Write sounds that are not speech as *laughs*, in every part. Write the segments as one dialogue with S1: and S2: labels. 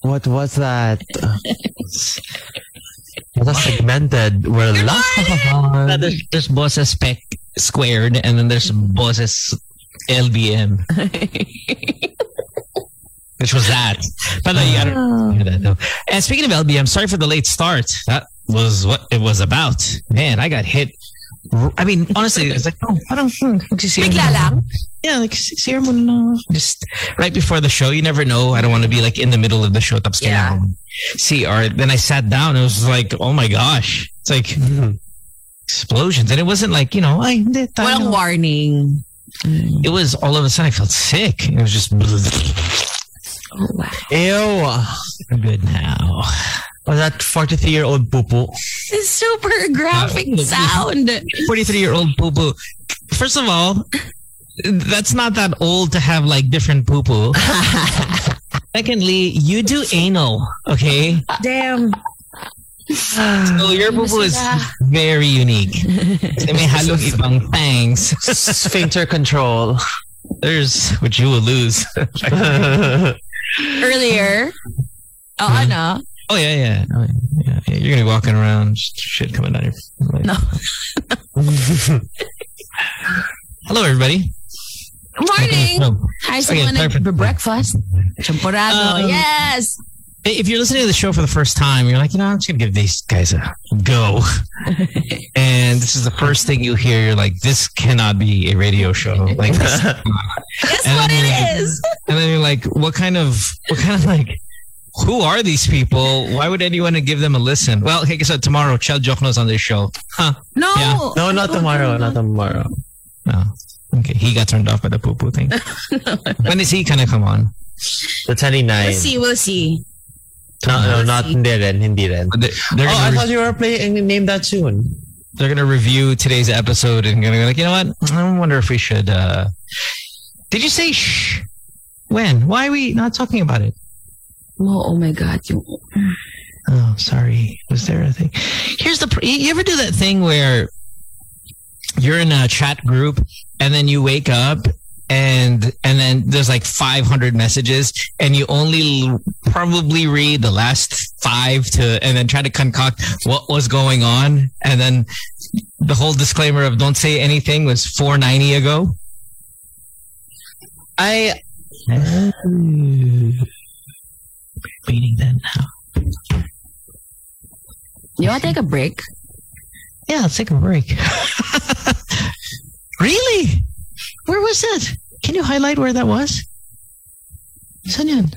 S1: What was that? What was segmented? We're
S2: Uh,
S1: live.
S2: there's, there's bosses spec squared and then there's bosses LBM, which was that. But uh, I don't
S3: Ah.
S2: hear that though. And speaking of LBM, sorry for the late start. That was what it was about. Man, I got hit. r- I mean, honestly, it's like, oh, parang hmm, magsisira
S3: Bigla
S2: muna.
S3: lang.
S2: Yeah, like, sisira mo na. Just right before the show, you never know. I don't want to be like in the middle of the show. Tapos
S3: Yeah.
S2: kailangan CR. Then I sat down. It was like, oh my gosh. It's like,
S1: Mm-hmm.
S2: explosions. And it wasn't like, you know, I did
S3: Walang warning. Hmm.
S2: It was all of a sudden I felt sick. It was just
S3: Oh, wow.
S1: Ew.
S2: I'm good now.
S1: Was that 43 year old pupu?
S3: This super
S2: Ah,
S3: graphic sound.
S2: 43 year old poo poo. First of all, that's not that old to have like different poo
S1: *laughs*
S2: poo. Secondly, you do anal, okay?
S3: Damn.
S2: So your poo poo is very unique. Kasi May
S1: *laughs*
S2: halong ibang pangs.
S1: Sphincter control.
S2: There's which you will
S1: *laughs*
S2: lose.
S3: Earlier. Oh, ano?
S2: Oh yeah, yeah. Oh, yeah, yeah. You're gonna be walking around, just shit coming down your. Like.
S3: No.
S2: *laughs* Hello, everybody.
S3: Morning.
S2: No.
S3: I just
S2: Okay,
S3: want
S2: perfect.
S3: for breakfast. Champorado.
S2: Um,
S3: yes.
S2: If you're listening to the show for the first time, you're like, you know, I'm just gonna give these guys a
S3: *laughs*
S2: go. and this is the first thing you hear. You're like, this cannot be a radio show. Like,
S3: *laughs*
S2: this. and
S3: Guess
S2: and
S3: what
S2: then
S3: it
S2: you-
S3: is?
S2: then you're like, what kind of, what kind of like. Who are these people? Why would anyone give them a listen? Well, okay, so tomorrow, Chel Jochno's on this show. Huh.
S3: No.
S2: Yeah.
S1: no, not tomorrow. Not tomorrow.
S2: Oh, okay. He got turned off by the poo poo
S1: *laughs*
S2: thing. when is he gonna come on?
S1: The 29.
S3: We'll see. We'll see.
S1: No, no, not hindi rin. Hindi rin.
S2: They're, they're
S1: Oh,
S2: gonna,
S1: I
S2: re-
S1: thought you were playing name that soon.
S2: they're gonna review today's episode and gonna be like, you know what? I wonder if we should. uh Did you say shh? When? Why are we not talking about it?
S3: Oh, oh my God. You,
S2: Oh, sorry. Was there a thing? Here's the. Pr- you you ever do that thing where you're in a chat group and then you wake up and and then there's like 500 messages and you only l- probably read the last five to and then try to concoct what was going on and then the whole disclaimer of don't say anything was 490 ago.
S1: I
S2: Reading that now.
S3: you want to take a break?
S2: Yeah, let's take a break. *laughs* really? Where was it? Can you highlight where that was? Sanyan,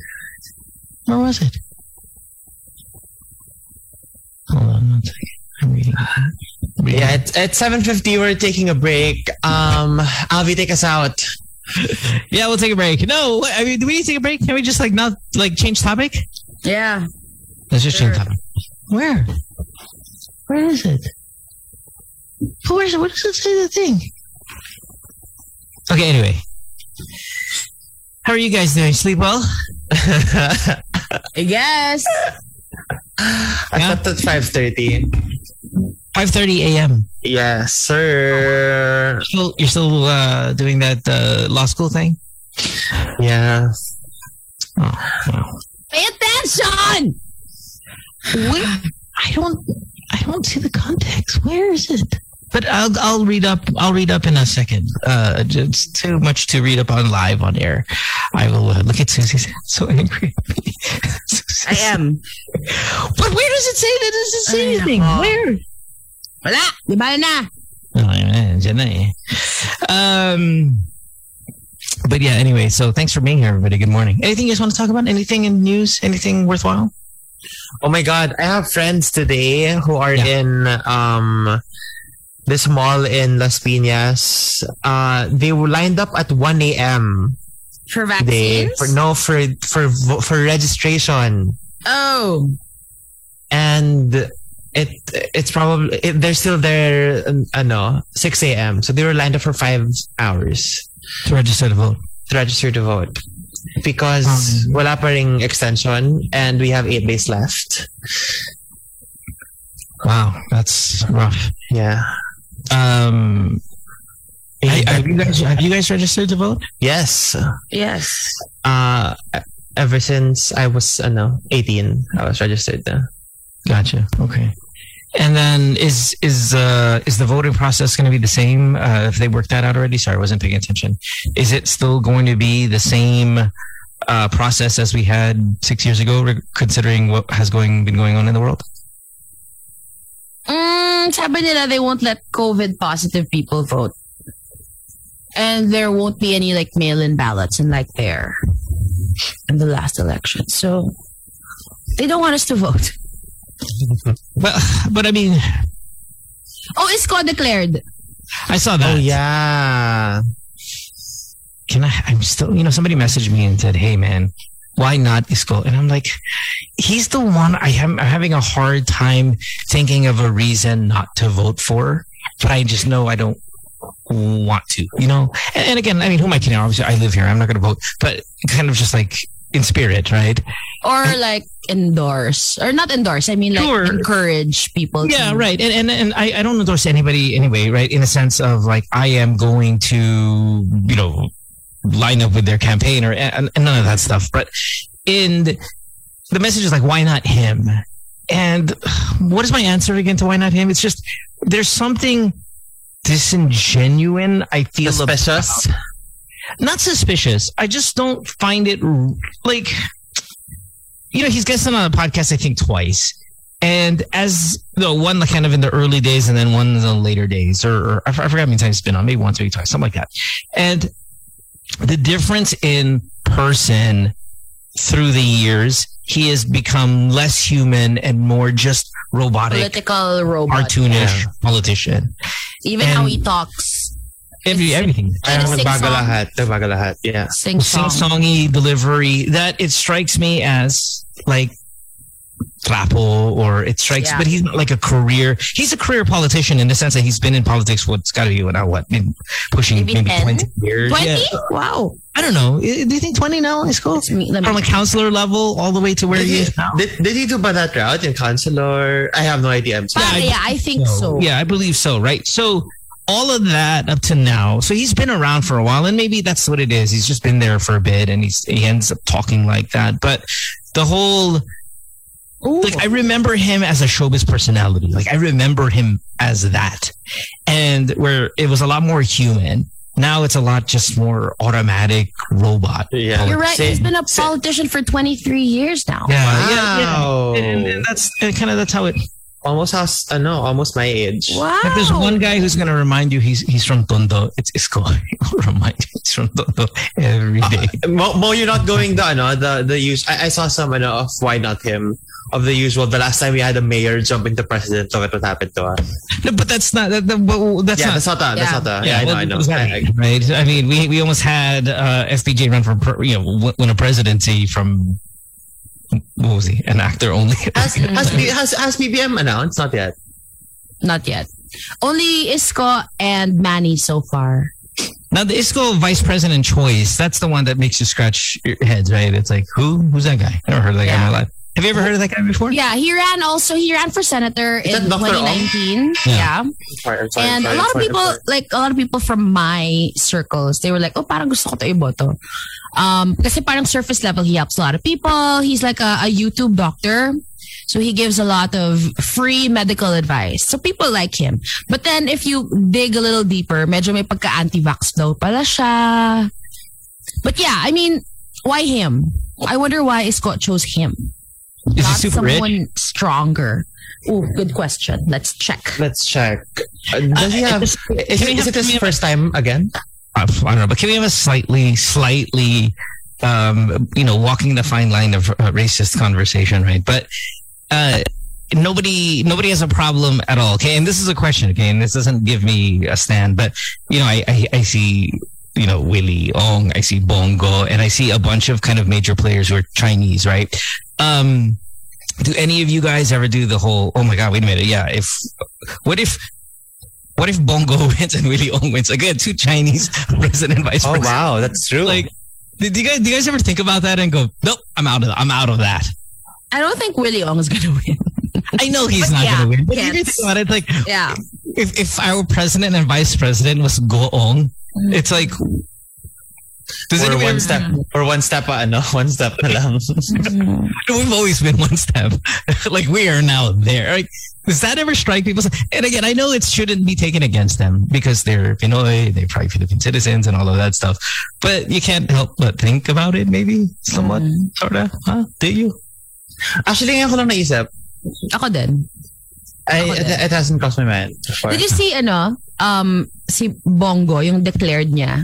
S2: where was it? Hold on one second. I'm reading. Uh-huh.
S1: yeah, it's at 7:50 we're taking a break. Um, Avi, take us out. *laughs*
S2: yeah, we'll take a break. No, I mean, do we need to take a break? Can we just like not like change topic?
S3: Yeah.
S2: Let's just change
S3: Sure.
S2: topic. Where? Where is it? Oh, Where's it? What does it say the thing? Okay, anyway. How are you guys doing? Sleep well?
S3: I guess.
S1: I thought at 5:30.
S2: 5.30 a.m.
S1: Yes, sir.
S2: Still, you're still uh, doing that uh, law school thing?
S1: Yeah.
S3: Pay attention.
S2: Where? I don't, I don't see the context. Where is it? But I'll, I'll read up. I'll read up in a second. Uh, it's too much to read up on live on air. I will uh, look at Susie's *laughs* so angry.
S3: I am.
S2: But where does it say that? Does it say
S3: Ay,
S2: anything?
S3: nako.
S2: Where?
S3: Wala. Di ba na?
S2: Oh, yeah, dyan na eh. Um, but yeah, anyway, so thanks for being here, everybody. Good morning. Anything you guys want to talk about? Anything in news? Anything worthwhile?
S1: Oh my god, I have friends today who are
S2: Yeah.
S1: in um this mall in Las Piñas. Uh, they were lined up at 1 a.m.
S3: For
S1: They
S3: vaccines?
S1: for, no for for vo- for registration.
S3: oh.
S1: and it it's probably it, they're still there um, ano 6 a.m. so they were lined up for 5 hours
S2: To register to vote.
S1: to register to vote because
S2: Um.
S1: wala pa ring extension and we have 8 days left
S2: Wow, that's rough.
S1: yeah
S2: Um, I,
S1: Eight-
S2: have you guys have you guys registered to vote?
S1: yes
S3: Yes.
S1: uh ever since I was ano, 18. I was registered na.
S2: Gotcha. Okay. And then is is uh is the voting process going to be the same? Uh, if they worked that out already, sorry, I wasn't paying attention. Is it still going to be the same uh, process as we had six years ago, re- considering what has going been going on in the world?
S3: Mm, sabi nila they won't let COVID positive people vote. And there won't be any like mail-in ballots and like there in the last election. So they don't want us to vote. *laughs*
S2: Well, but I mean,
S3: Oh, it's called declared.
S2: I saw that.
S1: Oh, yeah.
S2: Can I? I'm still, you know, somebody messaged me and said, "Hey, man, why not Isco?" And I'm like, he's the one I am I'm having a hard time thinking of a reason not to vote for, but I just know I don't want to, you know. And, and again, I mean, who am I kidding? Obviously, I live here. I'm not going to vote, but kind of just like in spirit, right?
S3: Or like endorse. Or not endorse. I mean like
S2: Sure.
S3: encourage people
S2: Yeah,
S3: to
S2: right. And and, and I, I don't endorse anybody anyway, right? In a sense of like I am going to, you know, line up with their campaign or and, and none of that stuff. But in the, the message is like, why not him? And what is my answer again to why not him? It's just there's something disingenuine I feel about-
S1: Suspicious.
S2: not suspicious. I just don't find it r- like, you know, he's guested on a podcast, I think, twice. And as the one like, kind of in the early days and then one in the later days, or, or I f- I forgot how many times it's been on, maybe once, maybe twice, something like that. And the difference in person through the years, he has become less human and more just robotic,
S3: political robot.
S2: cartoonish politician.
S3: Even how
S2: and-
S3: he talks.
S2: Every,
S3: It's-
S2: everything.
S1: Parang
S3: Sing
S1: nagbago
S3: song.
S1: lahat. Nagbago lahat. Yeah.
S3: Sing
S2: sing
S3: song.
S2: songy delivery that it strikes me as like Clapple or it strikes
S3: Yeah.
S2: but he's not like a career he's a career politician in the sense that he's been in politics for it's gotta be what now what maybe pushing
S3: Maybe
S2: maybe,
S3: 10?
S2: 20 years
S3: Twenty?
S2: Yeah.
S3: Wow.
S2: I don't know I- do you think 20 now is cool
S3: It's me. Let me
S2: from a counselor level all the way to where
S1: Did
S2: he
S1: he,
S2: is
S3: Mm-hmm.
S2: now
S1: did, did he do ba that route in counselor? I have no idea. I'm sorry.
S3: Pare,
S2: I-
S3: yeah, I think so.
S2: Yeah, I believe so, right? So all of that up to now. So he's been around for a while and maybe that's what it is. He's just been there for a bit and he's he ends up talking like that. But the whole
S3: Ooh.
S2: like I remember him as a showbiz personality. Like I remember him as that, and where it was a lot more human. Now it's a lot just more automatic robot.
S1: Yeah.
S3: You're right.
S1: Say-
S3: He's been a
S1: say-
S3: politician for 23 years now.
S2: Yeah,
S1: Wow.
S2: yeah, yeah. And, and that's kind of that's how it.
S1: Almost has, uh, no, almost my age.
S3: Wow.
S2: If there's one guy who's gonna remind you he's he's from Tondo, it's Isko. *laughs* He'll remind you he's from Tondo every
S1: *laughs*
S2: day.
S1: Mo, Mo, you're not going the ano, the the use. I, I saw some ano, of why not him of the usual. The last time we had a mayor jump into president, look at what happened to us.
S2: No, but that's not that. that but that's
S1: yeah,
S2: not
S1: that's not that. That's
S3: yeah.
S1: not that. Yeah,
S2: well,
S1: I know. I
S2: what does
S1: know.
S2: that
S1: I- I-
S2: mean, right? I mean, we we almost had uh, FPJ run for pre- you know w- win a presidency from what was he an actor
S1: *laughs*
S2: only?
S1: Has, has, B- has, has BBM announced? Not yet.
S3: Not yet. Only Isko and Manny so far.
S2: now the Isco vice president choice. That's the one that makes you scratch your heads, right? It's like who who's that guy? I never heard of that guy in my life. Have you ever heard of that guy before?
S3: Yeah, he ran also, he ran for senator
S1: Is
S3: in
S1: that Dr. Ong?
S3: 2019.
S2: Yeah.
S3: Yeah.
S1: Sorry, I'm sorry,
S3: And
S1: sorry,
S3: a lot of
S1: sorry,
S3: people,
S1: sorry.
S3: like a lot of people from my circles, they were like, oh, parang gusto ko to iboto. Um, kasi parang surface level, he helps a lot of people. He's like a, a YouTube doctor. So he gives a lot of free medical advice. So people like him. But then if you dig a little deeper, medyo may pagka-anti-vax daw pala siya. But yeah, I mean, why him? I wonder why Scott chose him.
S2: Is he
S3: not
S2: super rich?
S3: someone stronger. Ooh, good question. Let's check.
S1: Let's check. Uh, does he
S2: Uh,
S1: have?
S2: is-
S1: Is, is,
S2: can we have-
S1: it
S2: can we
S1: his
S2: have-
S1: first time again?
S2: I don't know, but can we have a slightly, slightly, um, you know, walking the fine line of uh, racist conversation, right? But uh, nobody, nobody has a problem at all. Okay, and this is a question. Okay, and this doesn't give me a stand, but you know, I, I, I see. You know, Willie Ong, I see Bongo, and I see a bunch of kind of major players who are Chinese, right? Um, do any of you guys ever do the whole, oh my God, wait a minute. Yeah. If, what if what if Bongo *laughs* wins and Willie Ong wins? Again, two Chinese *laughs* president and vice
S1: Oh
S2: president.
S1: wow, that's true.
S2: Like, did you guys do you guys ever think about that and go, nope, I'm out of I'm out of that.
S3: I don't think Willie Ong is gonna *laughs* win.
S2: I know he's
S3: But
S2: not
S3: yeah,
S2: gonna win. But if you
S3: yes.
S2: think about it, like
S3: Yeah.
S2: if, if our president and vice president was Go Ong, it's like Does
S1: Or
S2: anyone
S1: one step, or one step pa, ano, *laughs* one step pa lang.
S2: We've always been one step. *laughs* like we are now there. Like, does that ever strike people? And again, I know it shouldn't be taken against them because they're Pinoy, they're probably Philippine citizens and all of that stuff. But you can't help but think about it, maybe
S3: Mm.
S2: somewhat, sorta. Huh? Do you?
S1: Actually, ngayon ko lang naisip.
S3: Ako din.
S1: I,
S3: Ako
S1: it,
S3: din.
S1: it hasn't crossed my mind. so far.
S3: Did you see, ano, um, si Bongo, yung declared niya?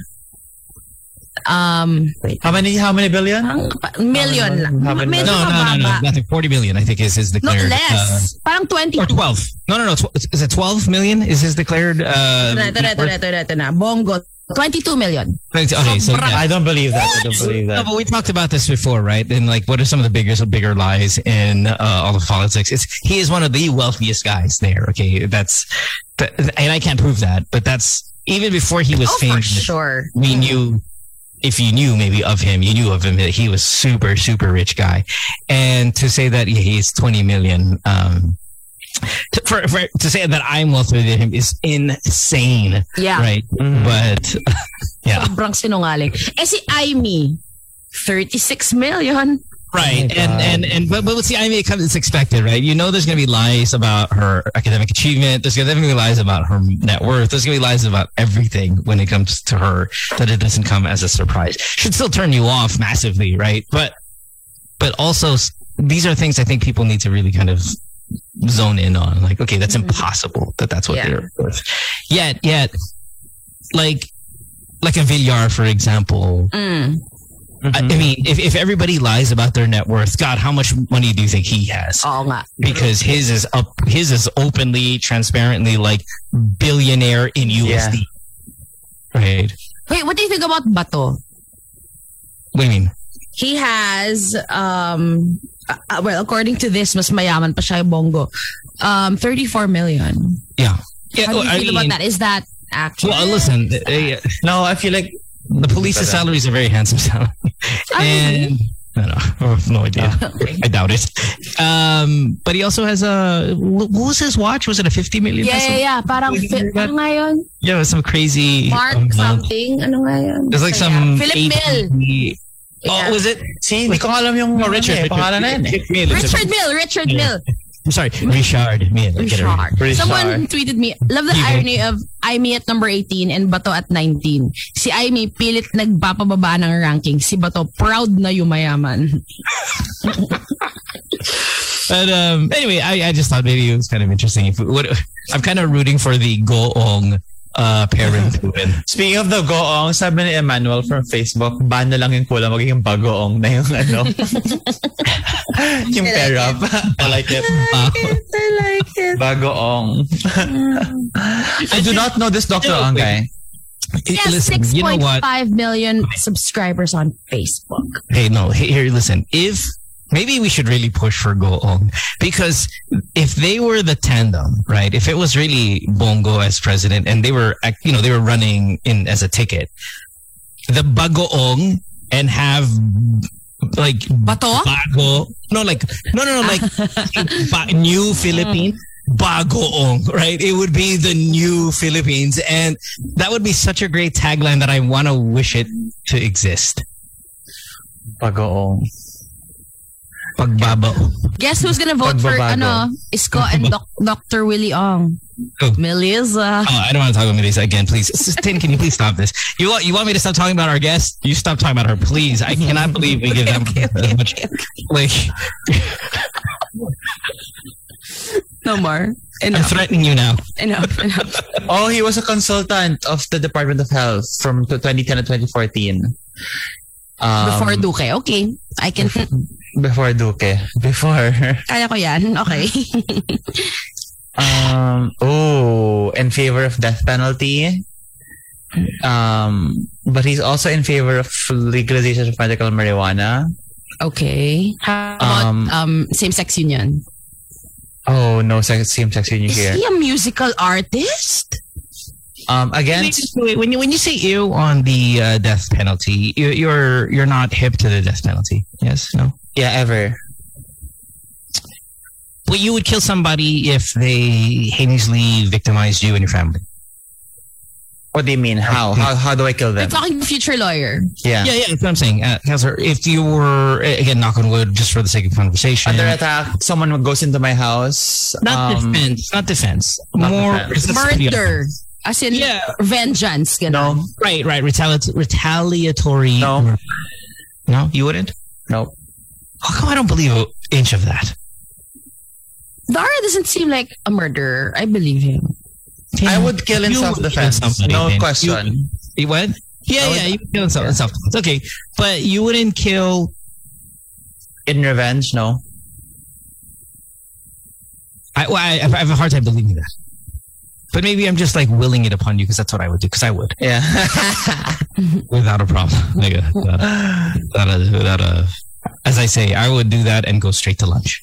S3: Um, wait.
S1: How many, how many billion?
S3: Parang pa- million lang.
S1: Haven't-
S3: Medyo
S2: No, no, no, no,
S3: mababa.
S2: nothing. Forty million, I think, is his
S3: No,
S2: declared. uh,
S3: less. Parang 20.
S2: or twelve? No, no, no. Tw- is it twelve million? Is his declared? Uh,
S3: Ito na, ito na, ito na, ito na, ito na. Bongo, 22 million.
S2: Okay, so yeah.
S1: I don't believe that. I don't believe
S2: No,
S1: that.
S2: but we talked about this before, right? And like, what are some of the biggest, bigger lies in uh, all of politics? It's he is one of the wealthiest guys there. Okay, that's, that, and I can't prove that, but that's even before he was
S3: Oh, for
S2: famous.
S3: sure.
S2: We knew, if you knew maybe of him, you knew of him that he was super, super rich guy, and to say that he's twenty million, um, to, for, for to say that I'm wealthier than him is insane,
S3: Yeah.
S2: right?
S1: Mhm.
S2: But yeah,
S3: Sobrang sinungaling. Eh si Aimee, 36 million.
S2: Right.
S1: Oh my God.
S2: and, and and but but see, I mean, it comes, it's expected, right? You know, there's going to be lies about her academic achievement. There's going to be lies about her net worth. There's going to be lies about everything when it comes to her that it doesn't come as a surprise. Should still turn you off massively, right? But but also s- these are things I think people need to really kind of zone in on. Like, okay, that's
S3: Mhm.
S1: Mm-hmm.
S2: impossible that that's what
S3: Yeah.
S2: they're worth. Yet, yet, like like a Villar, for example,
S3: Mm.
S2: I, I mean, if, if everybody lies about their net worth, God, how much money do you think he has?
S3: Oo nga.
S2: Because his is up, his is openly, transparently, like billionaire in
S1: Yeah.
S2: USD. Right?
S3: Wait, what do you think about Bato?
S2: What do you mean?
S3: He has, um, uh, uh, well, according to this, mas mayaman pa siya yung Bongo. Um, 34 million.
S2: Yeah,
S3: How do you
S2: I
S3: feel about
S2: mean,
S3: that? Is that accurate?
S2: well, listen, eh,
S1: No, I feel like
S2: the police's salaries are very handsome salary,
S3: Ah, really?
S2: and I don't know, *laughs* I have no idea. I doubt it. Um, but he also has a what was his watch? Was it a fifty million?
S3: yeah,
S2: peso?
S3: yeah, yeah. Parang,
S2: Do you
S3: fi-
S2: think that-
S3: ano nga yun?
S2: Yeah, it was some crazy
S3: Mark
S2: amount.
S3: something? Ano nga yun?
S2: There's like
S3: Kaya-
S2: some
S3: Philip Mill.
S2: 80
S3: Yeah.
S2: Oh, was it?
S1: See, hindi ko alam yung
S2: No, Richard.
S1: ano, eh, pangalan na yun eh.
S3: Richard Mill, Richard
S2: Yeah.
S3: Mill.
S2: I'm sorry, Richard. Mill. I get it right.
S3: Richard.
S1: Richard.
S3: Someone tweeted me,
S2: *laughs*
S3: love the
S2: He
S3: irony of Aimee at number 18 and Bato at 19. Si Aimee pilit nagpapababa ng ranking. Si Bato proud na yumayaman.
S2: But um, anyway, I, I just thought maybe it was kind of interesting. If what, I'm kind of rooting for the Goong uh, parent to win.
S1: Speaking of the goong, sabi ni Emmanuel from Facebook, ban na lang yung kulang magiging bagoong na yung ano. *laughs* yung pair up. I like *laughs* it.
S2: Uh, *laughs*
S3: I like it.
S1: Bagoong. I do not know this Dr. Angay.
S3: He has
S2: listen, you know what?
S3: 6.5 million subscribers on Facebook.
S2: Hey, no, he- here, listen. If maybe we should really push for Goong because if they were the tandem, right? If it was really Bongo as president and they were, act- you know, they were running in as a ticket, the Bagoong and have like
S3: Bato?
S2: Bago, no, like no, no, no, like ba- new Philippines. Bagoong, right? It would be the new Philippines, and that would be such a great tagline that I want to wish it to exist.
S1: Bagoong.
S2: Pagbabao.
S3: Guess who's gonna vote for
S1: Pagbabago.
S3: ano Isko and Doc- Dr. Willie Ong?
S2: Who?
S3: Melissa.
S2: Oh, I don't want to talk about Melissa again, please. Tin, can you please stop this? You want you want me to stop talking about our guest? You stop talking about her, please. I cannot believe we give *laughs* them that much. Like
S3: No more.
S2: I'm
S3: Enough.
S2: threatening you now.
S3: Enough. Enough.
S1: Oh, he was a consultant of the Department of Health from t- 2010 to 2014. Um,
S3: Before Duque. Okay. I can.
S1: *laughs* Before Duque. Before. *laughs*
S3: Kaya ko yan.
S2: *laughs*
S3: Okay.
S1: Um, oh, in favor of death penalty. Um, but he's also in favor of legalization of medical marijuana.
S3: Okay. How about um,
S1: Um,
S3: same-sex union?
S1: Oh, no sex, same-sex union
S3: Is
S1: here.
S3: he a musical artist?
S1: Um, against
S2: when you when you say ew on the uh, death penalty, you, you're you're not hip to the death penalty. Yes, no.
S1: yeah, ever.
S2: Well, you would kill somebody if they heinously victimized you and your family.
S1: What do you mean? How? How, how do I kill
S3: We're
S1: them?
S3: talking future lawyer.
S1: Yeah.
S2: Yeah, yeah, that's what I'm saying. Uh, Counselor, if you were, eh, again, knock on wood, just for the sake of conversation. um,
S1: Under attack, someone goes into my house.
S2: not
S1: um,
S2: defense, not defense.
S1: not
S2: More
S1: defense.
S2: because that's pretty
S3: Murder. As in
S2: Yeah.
S3: vengeance. Ganun.
S1: No,
S2: obvious. Right, right. Retaliat- retaliatory.
S1: No.
S2: murder. No, you wouldn't?
S1: no.
S2: How come I don't believe an inch of that?
S3: Dara doesn't seem like a murderer. I believe him. *laughs*
S1: I would kill in
S2: You would
S1: self-defense.
S2: kill somebody,
S1: No
S2: then.
S1: question.
S2: You, you what?
S1: I
S2: Yeah,
S1: would-
S2: yeah, you would kill in self- in self-defense. Okay, but you wouldn't kill.
S1: In revenge, no.
S2: I, well, I, I have a hard time believing that. But maybe I'm just like willing it upon you because that's what I would do because I would *laughs*
S1: Yeah.
S2: without a problem. *laughs* Nigga, without, without a, without a, as I say, I would do that and go straight to lunch.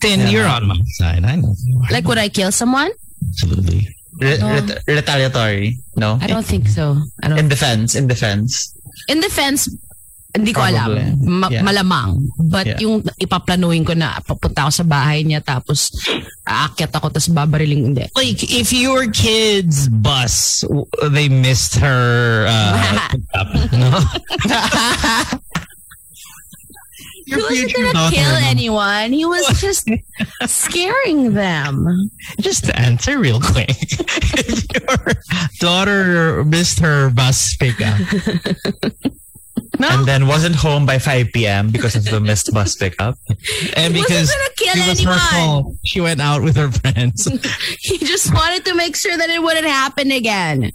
S2: Then
S1: Yeah.
S2: you're on my side. I know. you are.
S3: Like, would I kill someone?
S2: absolutely.
S1: Re-
S3: No.
S1: ret- retaliatory, no.
S3: I don't think so. I don't.
S1: In defense, in defense.
S3: In defense, hindi ko
S1: Probably.
S3: alam. Ma-
S1: Yeah.
S3: Malamang. But
S1: Yeah.
S3: yung ipaplanuhin ko na papunta ako sa bahay niya tapos aakyat ako tapos babariling hindi.
S2: Like if your kid's bus, w- they missed her.
S3: *laughs*
S2: Uh, pickup, no?
S3: he wasn't gonna kill anyone. He was just scaring them.
S2: Just answer real quick. *laughs* if your daughter missed her bus pickup,
S1: And then wasn't home by 5 p.m. because of the missed bus pickup.
S2: and
S3: he
S2: because
S3: wasn't gonna
S2: it
S3: kill
S2: was
S3: anyone.
S2: her fault, she went out with her friends. *laughs*
S3: He just wanted to make sure that it wouldn't happen again.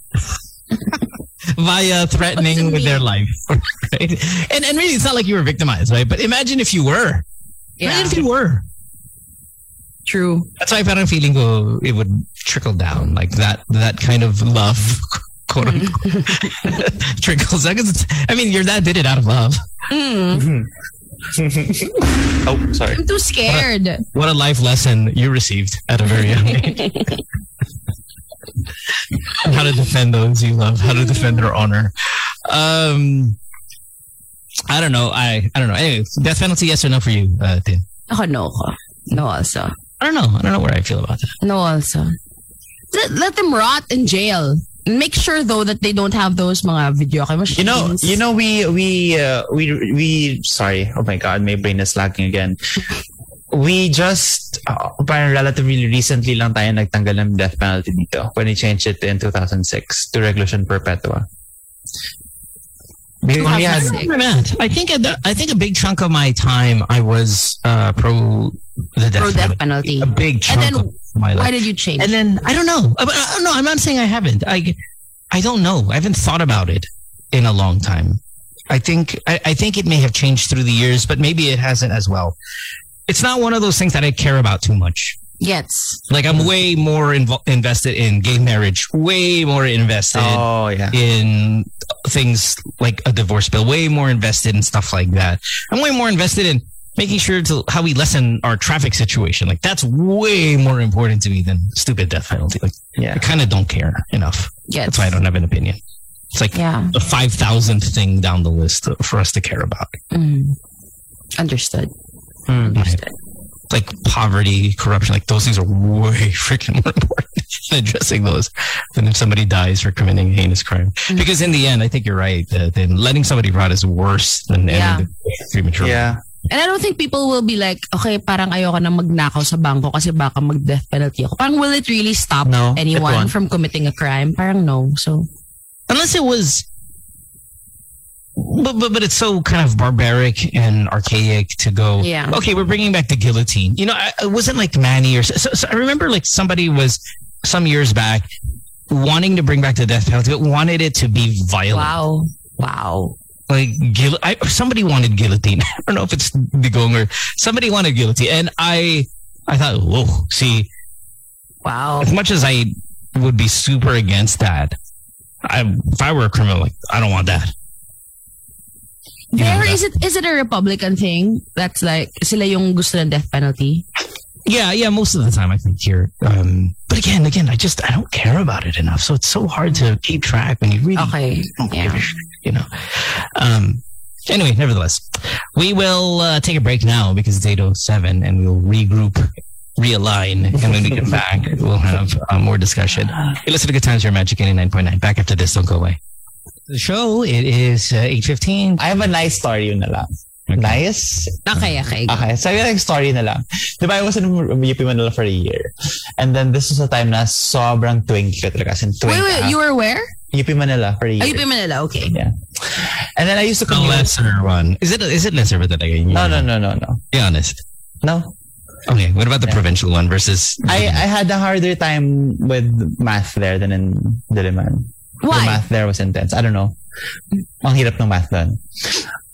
S2: via threatening
S3: Wasn't
S2: with their life. *laughs* Right? And and really, it's not like you were victimized, right? But imagine if you were.
S3: Yeah.
S2: Imagine if you were.
S3: True.
S2: That's why parang feeling ko it would trickle down like that. That kind of love, *laughs* quote unquote, trickles down. 'Cause it's- I mean, your dad did it out of love.
S3: Mm.
S1: *laughs* oh, sorry.
S3: I'm too scared.
S1: *laughs*
S2: What a life lesson you received at a very young
S3: *laughs*
S2: age. how to defend those you love, how to defend their honor. Um, I don't know. I I don't know. Anyway, death penalty, yes or no for you, uh, Tin?
S3: Ako Oh, no ko. No also.
S2: I don't know. I don't know where I feel about that.
S3: No also. Let, let them rot in jail. Make sure though that they don't have those mga video camera
S1: You know,
S3: machines.
S1: you know, we we uh, we we. Sorry. Oh my God, my brain is lagging again. We just uh, parang relatively recently lang tayo nagtanggal ng death penalty dito when we changed it in 2006 to reclusion perpetua. We only
S2: I
S1: had
S3: Sick.
S2: remember that. I think at the, I think a big chunk of my time I was uh, pro the death,
S3: pro death
S2: penalty.
S3: penalty.
S2: A big
S3: And
S2: chunk
S3: then
S2: of my
S3: why
S2: life.
S3: did you change?
S2: And then I don't know. Uh, I, I don't know. I'm not saying I haven't. I I don't know. I haven't thought about it in a long time. I think I, I think it may have changed through the years, but maybe it hasn't as well. It's not one of those things that I care about too much.
S3: yes.
S2: Like I'm way more invo- invested in gay marriage, way more invested
S1: oh yeah.
S2: in things like a divorce bill, way more invested in stuff like that. I'm way more invested in making sure to how we lessen our traffic situation. Like that's way more important to me than stupid death penalty. Like I
S1: Yeah.
S2: kind of don't care enough.
S3: Yes.
S2: That's why I don't have an opinion. It's like
S3: Yeah.
S2: the five thousandth thing down the list for us to care about.
S3: Mm. Understood.
S1: Hmm.
S3: Understood.
S2: Like poverty, corruption, like those things are way *laughs* freaking more important than addressing those than if somebody dies for committing a heinous crime.
S3: Mhm.
S2: Because in the end, I think you're right. Uh, then letting somebody rot is worse than
S3: Yeah.
S2: ending it prematurely.
S1: Yeah.
S3: And I don't think people will be like, okay, parang ayoko na magnakaw sa bangko kasi baka mag-death penalty ako. Parang will it really stop
S1: No. it
S3: anyone
S1: won't.
S3: from committing a crime? Parang no. So,
S2: Unless it was. But, but but it's so kind of barbaric and archaic to go.
S3: yeah.
S2: Okay, we're bringing back the guillotine. You know, I, it wasn't like Manny or so, so. I remember like somebody was some years back wanting to bring back the death penalty, but wanted it to be violent.
S3: Wow. Wow.
S2: like guil- I, somebody wanted guillotine. *laughs* I don't know if it's Digong or somebody wanted guillotine, and I I thought, whoa, see,
S3: Wow.
S2: as much as I would be super against that, I if I were a criminal, like I don't want that.
S3: There is it is it a Republican thing? That's like sila yung gusto ng death penalty.
S2: Yeah, yeah, most of the time I think here. Um, but again, again, I just I don't care about it enough, so it's so hard to keep track when you really
S3: Okay.
S2: don't give
S3: Yeah.
S2: a shit, you know. Um, anyway, oh nevertheless, we will uh, take a break now because it's 807 and we'll regroup realign, and when we get back, we'll have uh, more discussion. You listen to Good Times, your Magic 89.9. Back after this, don't go away. The show, it is uh, 8.15.
S1: I have a nice story yun na lang. Nice?
S3: Okay, okay.
S1: Okay, so I got a story na lang. Di ba, I was in UP Manila for a year. And then this was a time na sobrang twink ka talaga. As in, twink
S3: Wait, wait,
S2: uh,
S1: ka.
S3: you were Ah, where?
S1: UP Manila for a year.
S3: Are you in Manila? Okay.
S1: And then I used to
S2: The
S1: commute.
S2: lesser one. Is it, is it lesser ba talaga? yun?
S1: No, no, no, no, no.
S2: Be honest.
S1: No.
S2: Okay, what about the
S1: Yeah.
S2: provincial one versus...
S1: I, I had a harder time with math there than in Diliman. The
S3: Why?
S1: math there was intense. I don't know. Ang hirap ng math doon.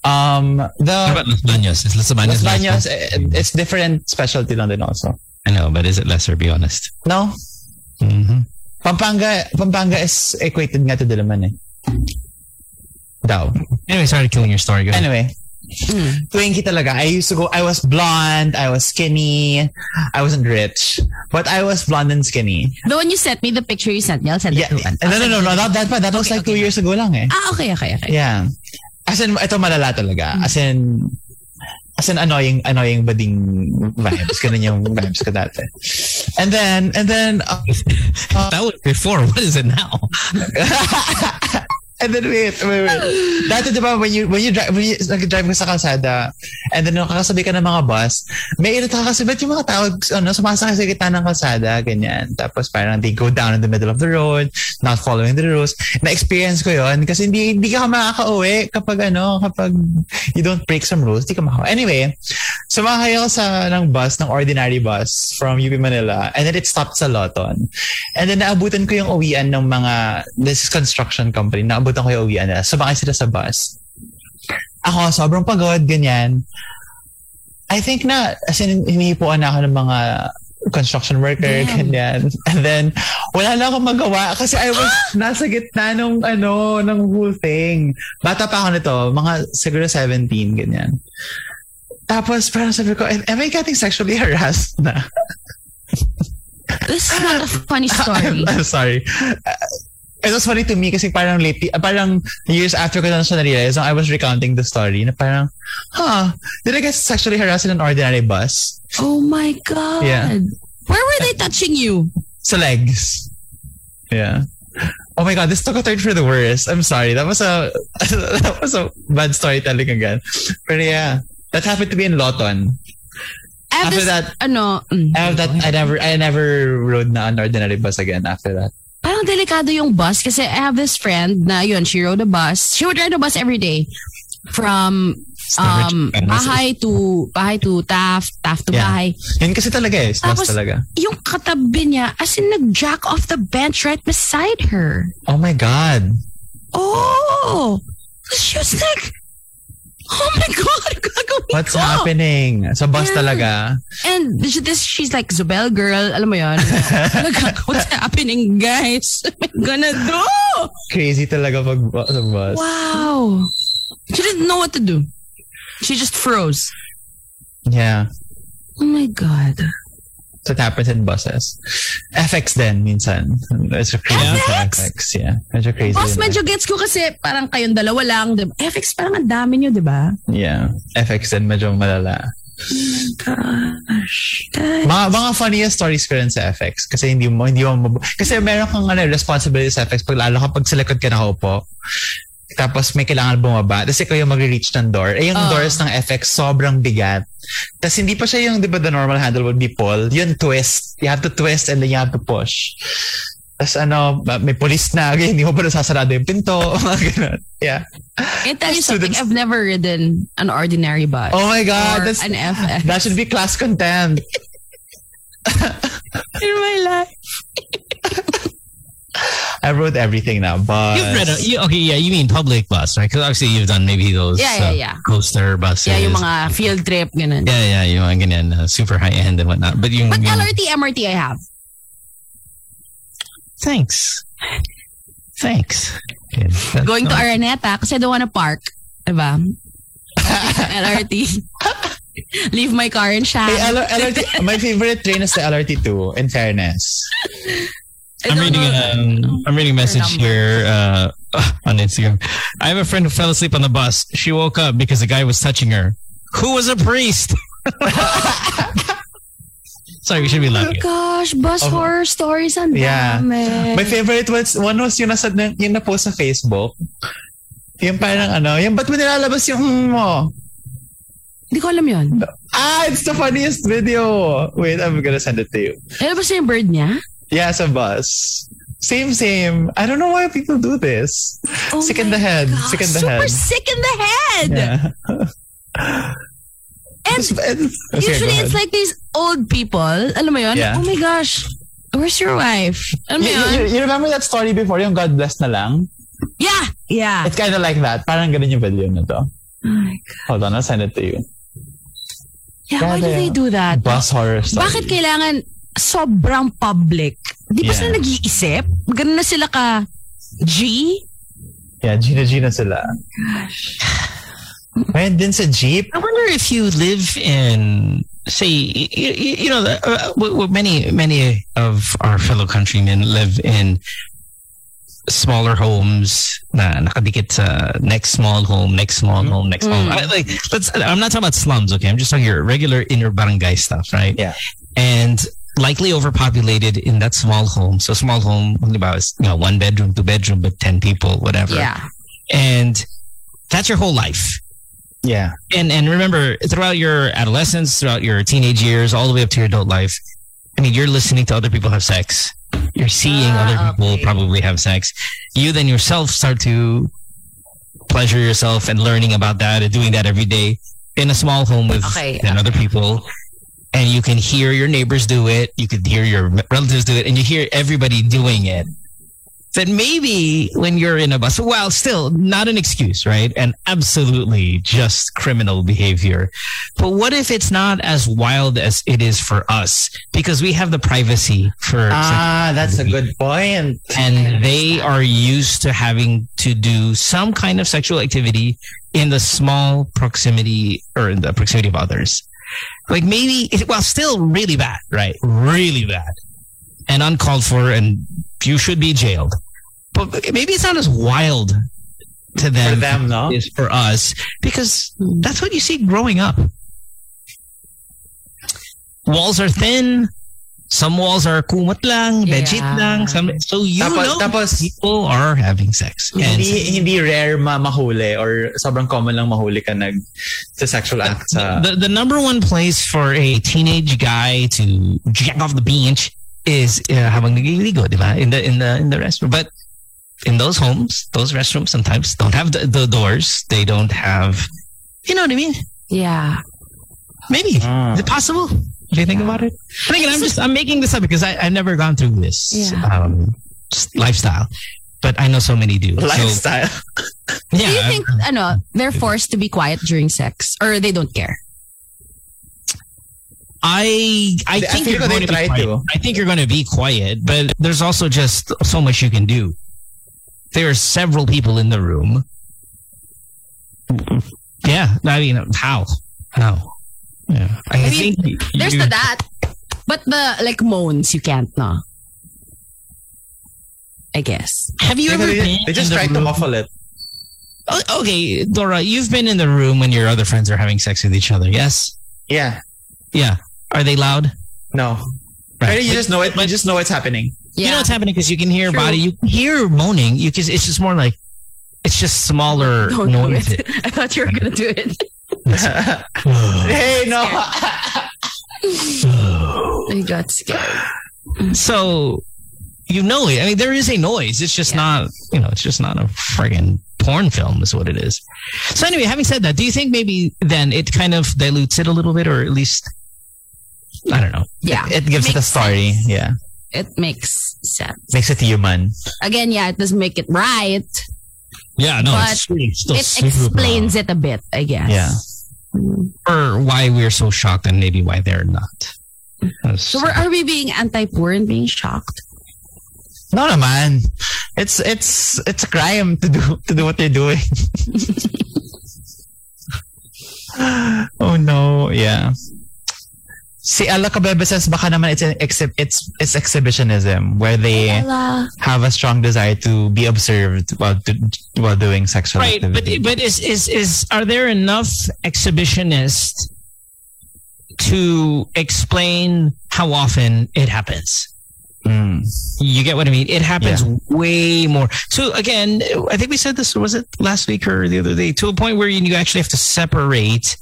S1: Um,
S2: What
S1: the
S2: about Los Baños? Is Los Baños
S1: Los Baños,
S2: lesser?
S1: eh, it's different specialty lang din also.
S2: I know, but is it lesser? Be honest.
S1: No?
S2: Mm-hmm.
S1: Pampanga, Pampanga is equated nga to Diliman eh. Daw.
S2: Anyway, sorry to killing your story. Go ahead.
S1: Anyway,
S3: Mm.
S1: twinkie talaga. I used to go, I was blonde, I was skinny, I wasn't rich, but I was blonde and skinny.
S3: The one you sent me, the picture you sent me, I'll send
S1: Yeah.
S3: it to
S1: No, no, no, no, not that pa. That was
S3: Ah, Okay,
S1: like two
S3: okay.
S1: years ago lang eh.
S3: Ah, okay, okay, okay.
S1: Yeah. As in, ito malala talaga. As in, as in annoying, annoying bading vibes. Ganun yung vibes ko dati. And then, and then, uh,
S2: that was before. *laughs* What is it now?
S1: *laughs* and then wait, wait, wait. Dati di ba when you when you drive when you nag-drive ka sa kalsada and then nakakasabi ka ng mga bus, may irit ka kasi ba't yung mga tao ano, sumasakay sa gitna ng kalsada, ganyan. Tapos parang they go down in the middle of the road, not following the rules. Na-experience ko yon kasi hindi, hindi ka makaka-uwi kapag ano, kapag you don't break some rules, hindi ka makaka Anyway, sumakay ako sa ng bus, ng ordinary bus from UP Manila and then it stopped sa Loton. And then naabutan ko yung uwian ng mga this is construction company. Naabutan ko yung uwian nila. Sumakay sila sa bus. Ako, sobrang pagod, ganyan. I think na, as in, hinihipuan na ako ng mga construction worker,
S3: Damn.
S1: ganyan. And then, wala na akong magawa kasi I was nasa gitna nung, ano, ng whole thing. Bata pa ako nito, mga siguro 17, ganyan. Tapos parang sabi ko, am am I getting sexually *laughs* harassed na?
S3: This is not a
S1: *laughs*
S3: funny story.
S1: I'm, I'm sorry. Uh, it was funny to me kasi parang late, uh, parang years after ko na siya na-realize, nung I was recounting the story na parang, huh, did I get sexually harassed in an ordinary bus?
S3: oh my god.
S1: Yeah.
S3: Where were they touching you?
S1: Sa legs. Yeah. Oh my god, this took a turn for the worse. I'm sorry. That was a *laughs* that was a bad storytelling again. But yeah, that happened to me in Loton.
S3: I have
S1: After
S3: this,
S1: that-
S3: ano, mm,
S1: I have that I never I never rode na an ordinary bus again after that.
S3: parang delikado yung bus kasi I have this friend na yun, she rode a bus. She would ride a bus every day from um, Bahay to Bahay to Taft, Taft to
S1: Yeah.
S3: Bahay.
S1: Yun kasi talaga eh, bus
S3: Tapos-
S1: talaga.
S3: Yung katabi niya, as in nag-jack off the bench right beside her.
S1: Oh my god.
S3: Oh! She was like, oh my God, gagawin
S1: What's
S3: ko.
S1: happening? Sa bus
S3: Yeah.
S1: talaga. *laughs*
S3: And this, this- she's like, Zubel girl, alam mo
S1: *laughs*
S3: yun? Nag- What's happening, guys? What am I gonna do?
S1: Crazy talaga pag bu- sa bus.
S3: Wow. She didn't know what to do. She just froze.
S1: Yeah.
S3: Oh my God.
S1: So it happens in buses. FX din minsan. It's a crazy
S2: Yeah.
S1: sa
S3: FX?
S1: FX. Yeah. Medyo crazy.
S3: Boss,
S1: din.
S3: medyo gets ko kasi parang kayong dalawa lang. Diba? FX, parang ang dami nyo, di ba?
S1: Yeah. FX din medyo malala.
S3: Gosh. Guys.
S1: Mga, mga funniest stories ko rin sa FX kasi hindi mo hindi mo mab- kasi meron kang ano, responsibility sa FX pag lalo kapag sa likod ka nakaupo tapos may kailangan bumaba tapos ikaw yung mag-reach ng door eh yung
S2: Ah.
S3: Oo.
S1: doors ng FX sobrang bigat tapos hindi pa siya yung di ba the normal handle would be pull yun twist you have to twist and then you have to push tapos ano ba- may police na ganyan, hindi mo pa nasasarado yung pinto *laughs* mga ganun yeah
S3: Can I tell you something?
S1: Students-
S3: I've never ridden an ordinary bus.
S1: oh my god
S3: or
S1: that's, *laughs*
S3: an FX.
S1: that should be class contempt
S3: in my life.
S1: I wrote everything now but
S2: You've read a, you, okay, yeah, you mean public bus, right? Because obviously you've done maybe those
S3: Yeah, yeah,
S2: uh,
S3: yeah.
S2: coaster buses.
S3: Yeah, yung mga field trip, ganun.
S2: yeah, yeah, yung mga ganyan, uh, super high end and whatnot. But yung,
S3: But
S2: yung-
S3: LRT, MRT I have.
S2: thanks, thanks. Okay, that's
S3: Going to
S2: all.
S3: Araneta kasi I don't wanna park. Diba?
S1: *laughs*
S3: LRT. Leave my car in
S1: Hey,
S3: Shanghai.
S1: L-
S3: *laughs*
S1: LRT, my favorite train is the LRT2, in fairness.
S3: I
S2: I'm
S3: don't
S2: reading
S1: uh,
S3: know.
S2: um, I'm reading a message
S3: number.
S2: here uh, *laughs* on Instagram. I have a friend who fell asleep on the bus. She woke up because a guy was touching her. Who was a priest? *laughs* Sorry, we should be
S3: Oh my
S2: laughing.
S3: gosh, bus
S1: Oh.
S3: horror stories ang
S1: Yeah.
S3: dami.
S1: My favorite was, one was yung, nasa, yung na-post sa Facebook. Yung parang ano, yung ba't mo nilalabas yung hmm mo?
S3: Hindi ko alam yun.
S1: Ah, it's the funniest video. Wait, I'm gonna send it to you.
S3: Alam ba siya yung bird niya?
S1: Yeah, sa bus. Same, same. I don't know why people do this.
S3: Oh
S1: sick in
S3: my
S1: the head.
S3: gosh,
S1: Sick in the
S3: super
S1: head.
S3: sick in the head.
S1: Yeah.
S3: And
S1: It's- it's- okay,
S3: usually
S1: go
S3: it's
S1: ahead.
S3: like these old people. Alam mo yun?
S1: Yeah.
S3: Oh my gosh. Where's your wife? Alam mo
S1: You,
S3: yun?
S1: you, you remember that story before, yung God bless na lang?
S3: Yeah. Yeah.
S1: It's kind of like that. Parang ganun yung video na to. Hold on, I'll send it to you.
S3: Yeah, why do
S1: Grabe.
S3: they do that?
S1: Bus horror story.
S3: Bakit kailangan sobrang public? Di ba
S1: Yeah.
S3: sila nag-iisip? Ganun na sila ka G?
S1: Yeah, Gina Gina sila. Mayroon din sa jeep.
S2: I wonder if you live in, say, you, you know, the- uh, w- w- many many of our fellow countrymen live in smaller homes. Na nakadikit sa next small home, next small home, next small.
S3: Mm.
S2: I, like, let's. I'm not talking about slums. Okay, I'm just talking your regular inner barangay stuff, right?
S1: Yeah.
S2: And likely overpopulated in that small home. So small home, about you know, one bedroom, two bedroom, but ten people, whatever.
S3: Yeah.
S2: And that's your whole life
S1: Yeah.
S2: and and remember throughout your adolescence throughout your teenage years all the way up to your adult life i mean you're listening to other people have sex you're seeing
S3: Ah,
S2: other people
S3: okay.
S2: probably have sex you then yourself start to pleasure yourself and learning about that and doing that every day in a small home with
S3: Okay.
S2: then other people and you can hear your neighbors do it you could hear your relatives do it and you hear everybody doing it then maybe when you're in a bus, well, still not an excuse, right? And absolutely just criminal behavior. But what if it's not as wild as it is for us because we have the privacy for,
S1: Ah, that's a good point.
S2: and they are used to having to do some kind of sexual activity in the small proximity or in the proximity of others. Like maybe, it, well, still really bad, right? Really bad and uncalled for, and you should be jailed. But maybe it's not as wild to them,
S1: For them, no?
S2: as for us because that's what you see growing up. Walls are thin. Some walls are kumot lang,
S3: Yeah.
S2: legit lang. Some, so you
S1: Tapos,
S2: know
S1: tapos
S2: people are having sex. And
S1: hindi, hindi rare ma mahuli or sobrang common lang mahuli ka nag sa sexual act sa...
S2: the, the number one place for a teenage guy to jack off the bench is uh, habang nagliligo, di ba? In the in the in the restroom. But in those homes, those restrooms sometimes don't have the, the doors. They don't have, you know what I mean?
S3: Yeah.
S2: Maybe
S1: Ah.
S2: is it possible? If Oh. you think about it. And again, I'm just I'm making this up because I, I've never gone through this
S3: Yeah.
S2: um, s- lifestyle, but I know so many do. So,
S1: lifestyle.
S2: yeah,
S3: Do you think ano, they're forced to be quiet during sex or they don't care?
S2: I I
S1: They- I
S2: think
S1: feel
S2: you're
S1: they
S2: going to be
S1: try
S2: quiet.
S1: to.
S2: I think you're going to be quiet, but there's also just so much you can do. There are several people in the room. Yeah, I mean, how? How? Yeah, I,
S3: I mean,
S2: think
S3: There's
S2: you-
S3: the that. But the like moans you can't no. I guess.
S2: Have you ever been?
S1: they, they just
S2: in the
S1: try to
S2: room-
S1: muffle it.
S2: O- Okay, Dora, you've been in the room when your other friends are having sex with each other. Yes.
S1: Yeah.
S2: Yeah. Are they loud?
S1: No. Pero you just know it. You just know what's *laughs* happening.
S3: Yeah.
S2: You know what's happening because you can hear
S3: True.
S2: body, you can hear moaning. You can. It's just more like, it's just smaller
S3: *laughs* Don't do
S2: noises.
S3: it. I thought you were gonna do it.
S1: hey, no.
S3: I got scared.
S2: *laughs* so you know it. I mean, there is a noise. It's just
S3: Yeah.
S2: not, you know, it's just not a friggin' porn film, is what it is. So anyway, having said that, do you think maybe then it kind of dilutes it a little bit, or at least I don't know.
S3: Yeah.
S1: It gives it a
S3: Makes
S1: story.
S3: sense.
S1: Yeah.
S3: It makes sense.
S1: Makes it human.
S3: Again, yeah, it doesn't make it right.
S2: Yeah, no,
S3: But
S2: it's, it's still
S3: it
S2: super
S3: explains it a bit, I guess.
S1: Yeah.
S3: Mm.
S2: or why we're so shocked and maybe why they're not.
S3: So we're, are we being anti-poor and being shocked?
S1: No naman. It's it's it's a crime to do to do what they're doing. *laughs* oh no, yeah. Si Ala Cabebe says baka naman it's an exhi- it's it's exhibitionism where they
S3: Ella.
S1: have a strong desire to be observed while do, while doing sexual
S2: right but
S1: activity.
S2: but is is is are there enough exhibitionists to explain how often it happens.
S1: Mm.
S2: You get what I mean? It happens way more. So again, I think we said this was it last week or the other day to a point where you, you actually have to separate,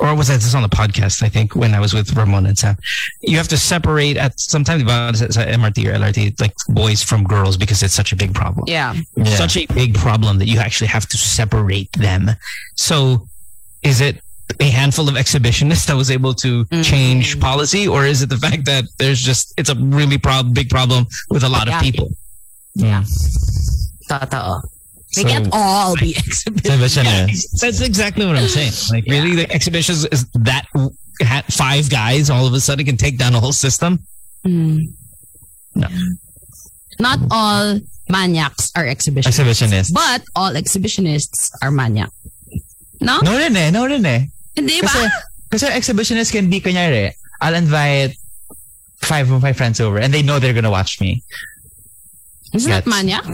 S2: or was that this on the podcast? I think when I was with Ramon and Sam, you have to separate at sometimes about MRT or LRT like boys from girls because it's such a big problem
S3: Yeah.
S1: Yeah.
S2: such a big problem that you actually have to separate them. So, is it a handful of exhibitionists *laughs* that was able to
S3: Mm.
S2: change policy, or is it the fact that there's just it's a really prob- big problem with a lot of
S3: Yeah.
S2: people?
S1: Mm.
S3: Totoo.
S1: So-
S3: They can't all be exhibited.
S1: Diba siya na?
S2: That's exactly what I'm saying. Like, really, the exhibitions is that ha- five guys all of a sudden can take down a whole system? No.
S3: Not all maniacs are exhibitionists.
S1: Exhibitionist.
S3: But all exhibitionists are maniac. No?
S1: No rin eh, no rin eh.
S3: Hindi ba?
S1: Kasi, kasi exhibitionist can be, kunyari, I'll invite five of my friends over and they know they're gonna watch me.
S3: Isn't that
S1: Gets-
S3: maniac?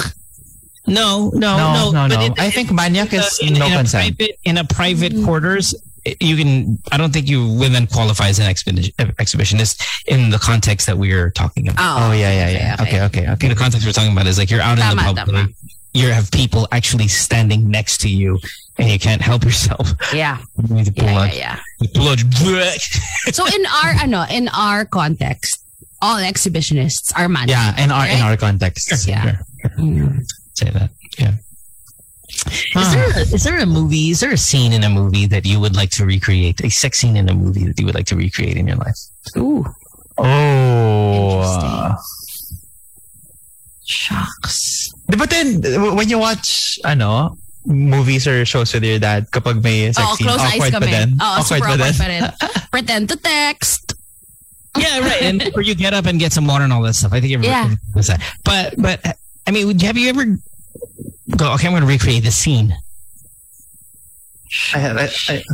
S2: No, no,
S1: No,
S2: Oh, no,
S1: no, no.
S2: but it-
S1: I think maniac is no
S2: in A
S1: consent.
S2: private, in a private quarters, eh, you can. I don't think you would then qualify as an expedi- eh, exhibitionist in the context that we are talking about.
S1: Oh, yeah, yeah, yeah. Okay, okay, okay.
S2: In the context we're talking about is like you're out in the
S3: Tama,
S2: public, you have people actually standing next to you, and you can't help yourself. *laughs*
S3: Yeah.
S2: You need to pull
S3: Yeah,
S2: out-
S3: yeah, yeah.
S2: you pull out-
S3: So in our *laughs* ano, in our context, all exhibitionists are maniac.
S1: Yeah, in our in our context.
S3: Yeah.
S1: Sure.
S3: Mm.
S2: Say that. Yeah. Is
S1: Ah.
S2: there, a, is there a movie? Is there a scene in a movie that you would like to recreate? A sex scene in a movie that you would like to recreate in your life?
S3: Ooh.
S1: Oh.
S3: Interesting. Shocks.
S1: But then w- when you watch ano movies or shows with your dad kapag may sex
S3: Oh,
S1: scene,
S3: close eyes
S1: awkward pa
S3: kami.
S1: din.
S3: Oo,
S1: awkward
S3: super
S1: pa din.
S3: awkward pa
S2: *laughs*
S3: rin. Pretend to text.
S2: Yeah, right.
S3: *laughs*
S2: And or you get up and get some water and all that stuff. I think everybody
S3: Yeah.
S2: does that. But but I mean, would- have you ever go? Okay, I'm going to recreate the scene.
S1: I- I- I-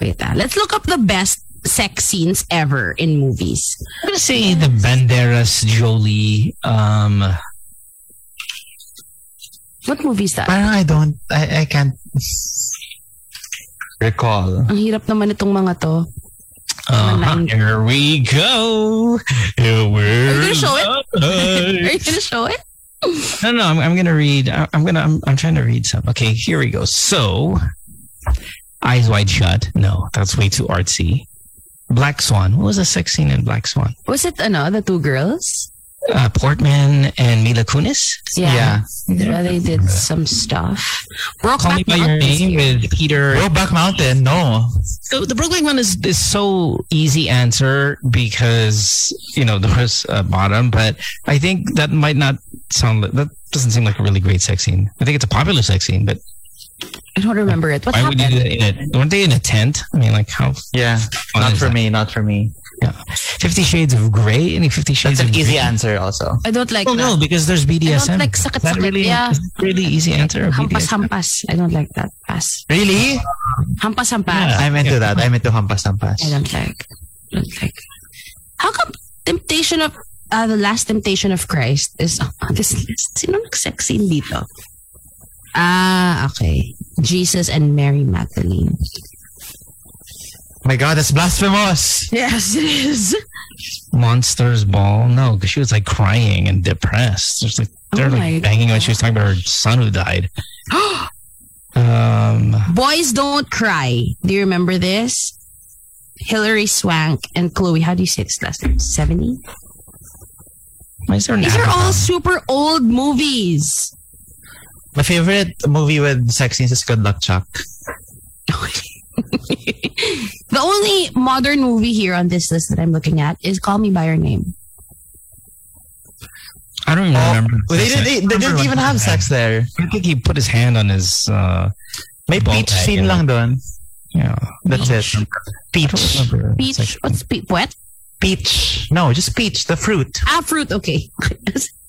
S3: Wait, ah. let's look up the best sex scenes ever in movies.
S2: I'm going to say the Banderas Jolie. Um,
S3: What movie is that?
S1: Parang I don't, I, I can't recall.
S3: Ang hirap naman itong mga to. *laughs*
S2: uh,
S3: Online.
S2: here we go. Here we're
S3: you gonna show it? *laughs* Are
S2: live.
S3: you gonna show it?
S2: *laughs* No, no, I'm, I'm gonna read. I- I'm gonna. I'm, I'm trying to read some. Okay, here we go. So, eyes wide shut. No, that's way too artsy. Black Swan. What was the sex scene in Black Swan?
S3: Was it ano, the two girls?
S2: Uh, Portman and Mila Kunis.
S1: Yeah.
S3: Yeah, They did some stuff.
S2: Call Me
S3: Brokeback
S2: by Your Name
S3: Mountain.
S2: with Peter.
S1: Brokeback Mountain, no.
S2: So the Brooklyn one is is so easy answer because you know there was a bottom, but I think that might not sound that doesn't seem like a really great sex scene. I think it's a popular sex scene, but
S3: I don't remember it. What
S2: why would you do
S3: happened?
S2: that in a weren't they in a tent? I mean, like how
S1: Yeah,
S2: fun is
S1: not for
S2: that?
S1: me, not for me.
S2: Fifty Shades of Grey. Any Fifty Shades
S1: That's an
S2: of
S1: easy
S2: Grey?
S1: answer also.
S3: I don't like
S2: Oh no,
S3: that.
S2: because there's
S3: I
S2: BDSM.
S3: don't like
S2: Is that
S3: sakit-sakit.
S2: really
S3: yeah.
S2: is that really easy answer. Or BDSM?
S3: Hampas-hampas. I don't like that. Pass.
S1: Really?
S3: Hampas-hampas.
S2: Yeah.
S1: I'm into that. I'm into hampas hampas.
S3: I don't like. don't like. How come Temptation of uh, the Last Temptation of Christ is on this list? Sino nag-sex scene dito? Ah, okay. Jesus and Mary Magdalene.
S1: My God, that's blasphemous.
S3: Yes, it is.
S2: Monsters Ball. No, because she was like crying and depressed. There's like they're
S3: Oh my
S2: like banging when she was talking about her son who died. Um,
S3: *gasps* Boys Don't Cry. Do you remember this? Hilary Swank and Chloe. How do you say this last name? 70?
S2: why is there an
S3: These are
S2: avatar?
S3: all super old movies. *laughs*
S1: My favorite movie with sex scenes is Good Luck Chuck.
S3: The only modern movie here on this list that I'm looking at is Call Me By Your Name.
S2: I don't even
S1: Oh,
S2: remember.
S1: Well, they, didn't, they, they didn't even have sex there.
S2: I think he put his hand on his. Uh,
S1: May
S2: Ball
S1: peach
S2: bag,
S1: scene
S2: yeah.
S1: lang doon.
S2: yeah,
S1: That's it.
S2: I don't
S1: Peach.
S2: remember. It's
S3: Peach.
S2: like-
S3: What's pe- what?
S1: Peach. No, just peach, the fruit.
S3: Ah, fruit. Okay.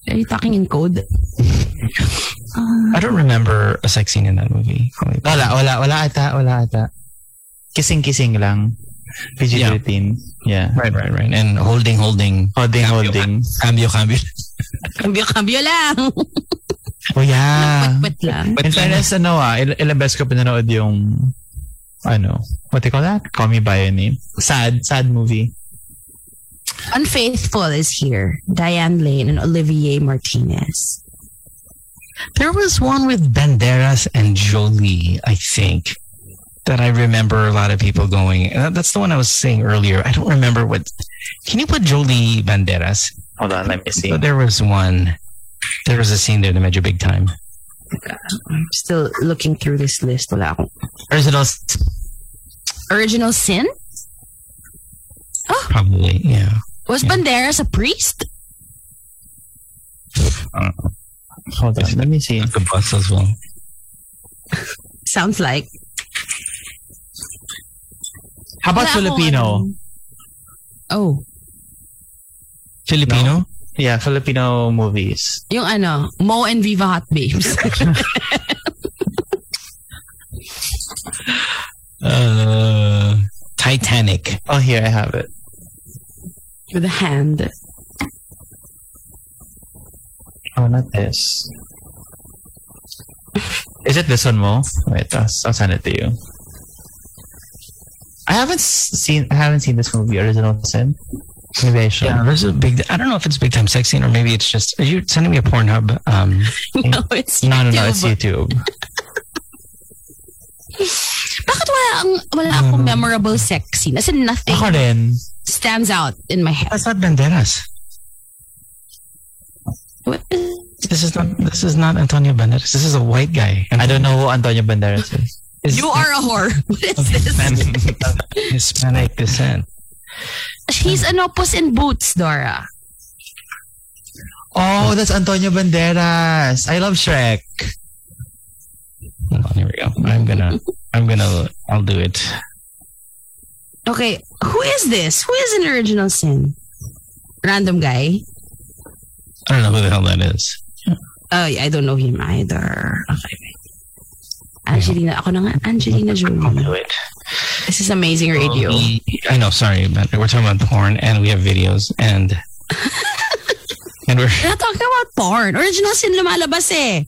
S3: Are you talking in code? Uh,
S2: I don't remember a sex scene in that movie. Like,
S1: Wala, wala, wala ata, wala ata. Kissing-kissing lang. PG-13. Yeah.
S2: Right, right, right. And holding, holding,
S1: Holding, holding.
S2: cambio, cambio.
S3: cambio, cambio lang.
S1: Oh, yeah.
S3: Wet, wet
S2: *laughs*
S3: lang.
S2: But
S1: ah, In fairness, ano ah, il- ilang beses ko pinanood yung ano, what do you call that? Call Me By Your Name. Sad, sad movie.
S3: Unfaithful is here. Diane Lane and Olivier Martinez.
S2: There was one with Banderas and Jolie, I think, that I remember a lot of people going. and that- That's the one I was saying earlier. I don't remember what. Can you put Jolie Banderas?
S1: Hold on, let me see.
S2: But there was one. There was a scene there that made you big time.
S3: I'm still looking through this list. Wala akong-
S1: Original
S3: Original Sin?
S2: Probably, yeah.
S3: Was
S2: Yeah.
S3: Banderas a priest?
S1: Hold on, let me see.
S2: The bus as well.
S3: Sounds like.
S1: How about
S3: Wala akong
S1: Filipino?
S3: ano. Oh,
S2: Filipino?
S1: Yeah, Filipino movies.
S3: yung ano, Mo and Viva Hot
S1: *laughs*
S3: Babes.
S2: Uh, Titanic.
S1: Oh, here I have it.
S3: With a hand.
S1: Oh, not this. Is it this one mo? Wait, I'll, I'll send it to you. I haven't s- seen I haven't seen this movie, Original Sin. Maybe I should.
S2: Yeah, there's a big. I don't know if it's big time sex scene or maybe it's just. Are you sending me a Pornhub? Um,
S3: *laughs*
S1: Mm.
S3: no, it's
S1: No, no, no, it's
S3: YouTube.
S1: YouTube.
S3: Bakit wala, ang, wala
S2: I don't
S3: akong
S2: know.
S3: memorable sex scene? As in, nothing
S1: Ako rin.
S3: stands out in my head.
S2: that's not Banderas.
S3: What is
S2: This is not. This is not Antonio Banderas. This is a white guy.
S1: I don't know who Antonio Banderas is.
S2: Is
S3: You are a whore. *laughs* What is this?
S2: Hispanic descent.
S3: She's an opus in boots, Dora.
S1: oh, that's Antonio Banderas. I love Shrek.
S2: Hold on, here we go. I'm gonna. I'm gonna. I'll do it.
S3: Okay, who is this? Who is an original sin? Random guy.
S2: I don't know who the hell that is.
S3: Oh, yeah, I don't know him either. Okay. Angelina, ako na nga, Angelina
S2: I'll
S3: Jolie.
S2: do it. Oh,
S3: This is amazing radio.
S2: I know. Sorry, but we're talking about porn, and we have videos,
S3: *laughs*
S2: and and we're.
S3: We're not talking about porn. Original sin lumalabas eh.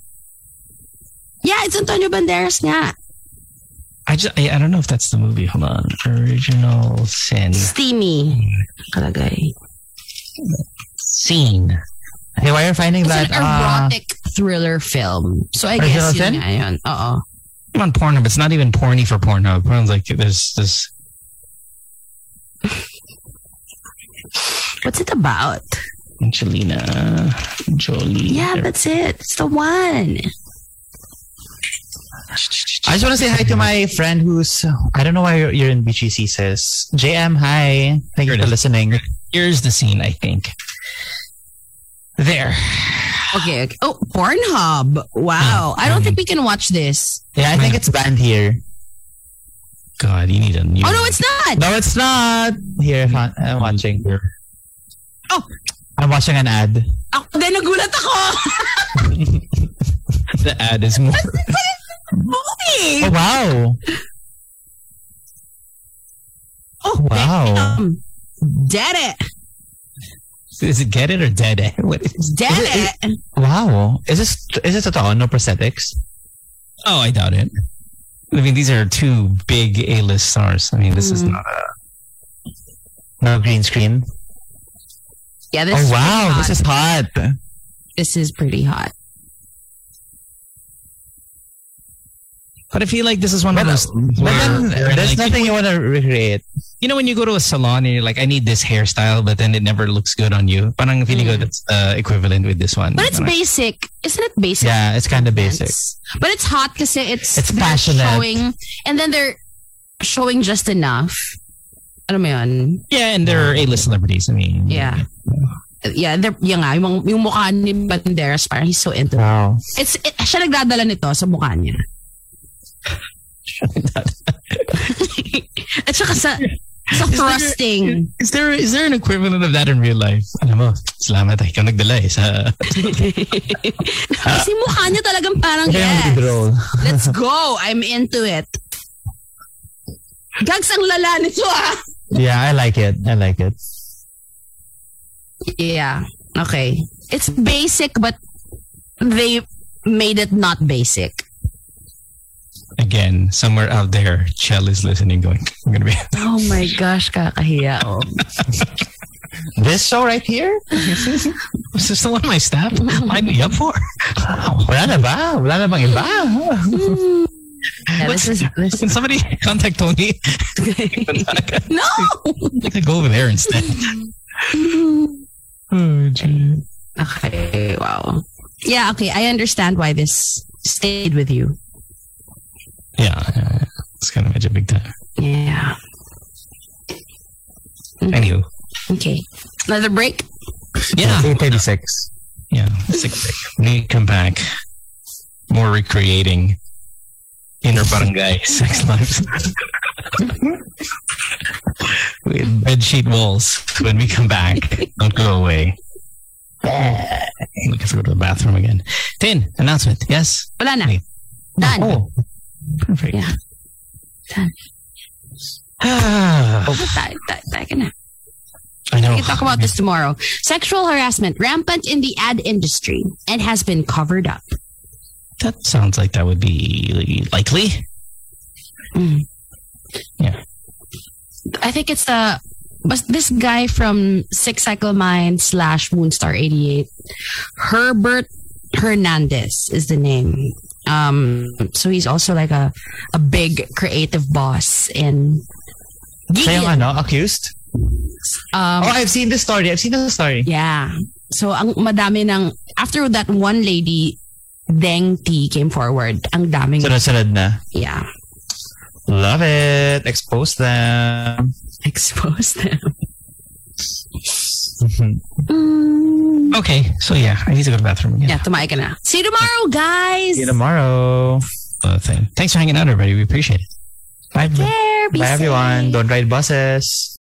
S3: Yeah, it's Antonio Banderas nga.
S2: I just. I, I don't know if that's the movie. Hold on. Original sin
S3: Steamy. Kalagay.
S2: scene.
S1: Hey, why are you finding
S3: It's
S1: that? Ah,
S3: an erotic thriller film. So I
S1: uh, Original
S3: guess
S1: sin?
S3: yun nga yun. Oo.
S2: I'm on Pornhub. It's not even porny for Pornhub. Pornhub's like there's this.
S3: What's it about?
S2: Angelina Jolie.
S3: Yeah, that's it. It's the one.
S1: I just want to say hi to my friend who's I don't know why you're, you're in BGC says JM. Hi,
S2: Here
S1: thank you
S2: it
S1: for
S2: is.
S1: listening.
S2: Here's the scene, I think. There.
S3: Okay, okay. Oh, Pornhub. Wow. I don't think we can watch this.
S1: Yeah, I think it's banned here.
S2: God, you need a new.
S3: Oh, no, it's not.
S1: No, it's not. Here, ha- I'm watching.
S3: Oh.
S1: I'm watching an ad.
S3: Ako din, Ah, nagulat ako.
S2: *laughs*
S3: *laughs*
S2: the ad is more. *laughs*
S1: Oh wow!
S3: Oh,
S1: Wow!
S3: damn. Dead it.
S2: Is it get it or dead *laughs* it? What is,
S3: Dead
S1: Is it-
S3: it.
S1: Wow! Is this is this totoo? No prosthetics?
S2: oh, I doubt it. I mean, these are two big A-list stars. I mean, this is
S3: Mhm.
S2: not.
S1: No green screen?
S3: Yeah, this,
S1: Oh
S3: is
S1: wow! This
S3: pretty hot.
S1: is hot.
S3: this is pretty hot.
S2: But uh, I feel like this is one
S1: But,
S2: of those.
S1: But then
S2: where, like,
S1: there's nothing you want to recreate.
S2: you know when you go to a salon and you're like, I need this hairstyle, but then it never looks good on you. Parang feeling
S3: Mm.
S2: ko that's uh, equivalent with this one.
S3: But it's
S2: Parang-
S3: basic. Isn't it basic?
S1: Yeah, it's kind of basic.
S3: But it's hot because it's
S1: It's
S3: they're
S1: passionate.
S3: Showing, and then they're showing just enough. Ano mo yun?
S2: Yeah, and there are A-list celebrities. I mean,
S3: Yeah. Yeah, they're, yung nga, yung, yung mukha ni Banderas, parang he's so into
S1: Wow!
S3: It's, it, siya nagdadala nito sa mukha
S1: *laughs*
S3: niya. At saka sa, sa
S2: there-
S1: *laughs*
S3: thrusting.
S2: Is there is there an equivalent of that in real life? Alam mo, salamat ay ikaw nagdala eh sa
S3: Kasi mukha niya talagang parang, yes, let's go. I'm into it. Gags ang lala nito ah.
S1: Yeah, I like it. I like it.
S3: Yeah. Okay. It's basic, but they made it not basic.
S2: again, somewhere out there, Chell is listening, going, I'm gonna be *laughs*
S3: Oh my gosh, kakahiya. *laughs* Oh.
S1: This show right here?
S2: Is this the one my staff lined me up for? Wow.
S1: Wala na ba? Oh, Wala na bang iba?
S3: Yeah, this is this
S2: Can somebody *laughs* contact Tony?
S3: *laughs* No!
S2: Go over there instead. Oh,
S3: Hmm.
S2: gee.
S3: Okay, wow. Yeah, okay, I understand why this stayed with you.
S2: Yeah, yeah, yeah. it's kind of a big time.
S3: Yeah.
S2: Anywho,
S3: Mm, Okay. Another break?
S2: yeah,
S1: 836.
S2: yeah. Sick break. We come back. More recreating inner barangay *laughs* sex lives with bed sheet walls. When we come back, don't go away. We have to go to the bathroom again. Tin announcement. Yes.
S3: Wala na.
S2: Okay.
S3: Done.
S2: Oh, perfect.
S3: Yeah.
S2: *sighs*
S3: Done.
S2: Ah,
S3: Tayo, tayo, tayo ka na.
S2: I know.
S3: We can talk about this tomorrow. Sexual harassment rampant in the ad industry and has been covered up.
S2: That sounds like that would be likely.
S3: I think it's the was this guy from Six Cycle Mind slash Moonstar eighty eight. Herbert Hernandez is the name. Um, so he's also like a a big creative boss in. E.
S1: Siya yung ano, accused?
S3: Um,
S1: Oh, I've seen this story. I've seen this story.
S3: Yeah. So ang madami ng after that one lady Deng T came forward. Ang daming
S1: Sunod-sunod na.
S3: yeah, *laughs*
S1: Love it. Expose them. *laughs*
S3: exposed them.
S2: Okay, so yeah, I need to go to the bathroom again.
S3: Yeah, tumae ka na. See you tomorrow, guys.
S1: See you tomorrow.
S2: Uh, thing. Thanks for hanging out, everybody. We appreciate it. Bye.
S3: There, be
S1: Bye, everyone.
S3: safe.
S1: Don't ride buses.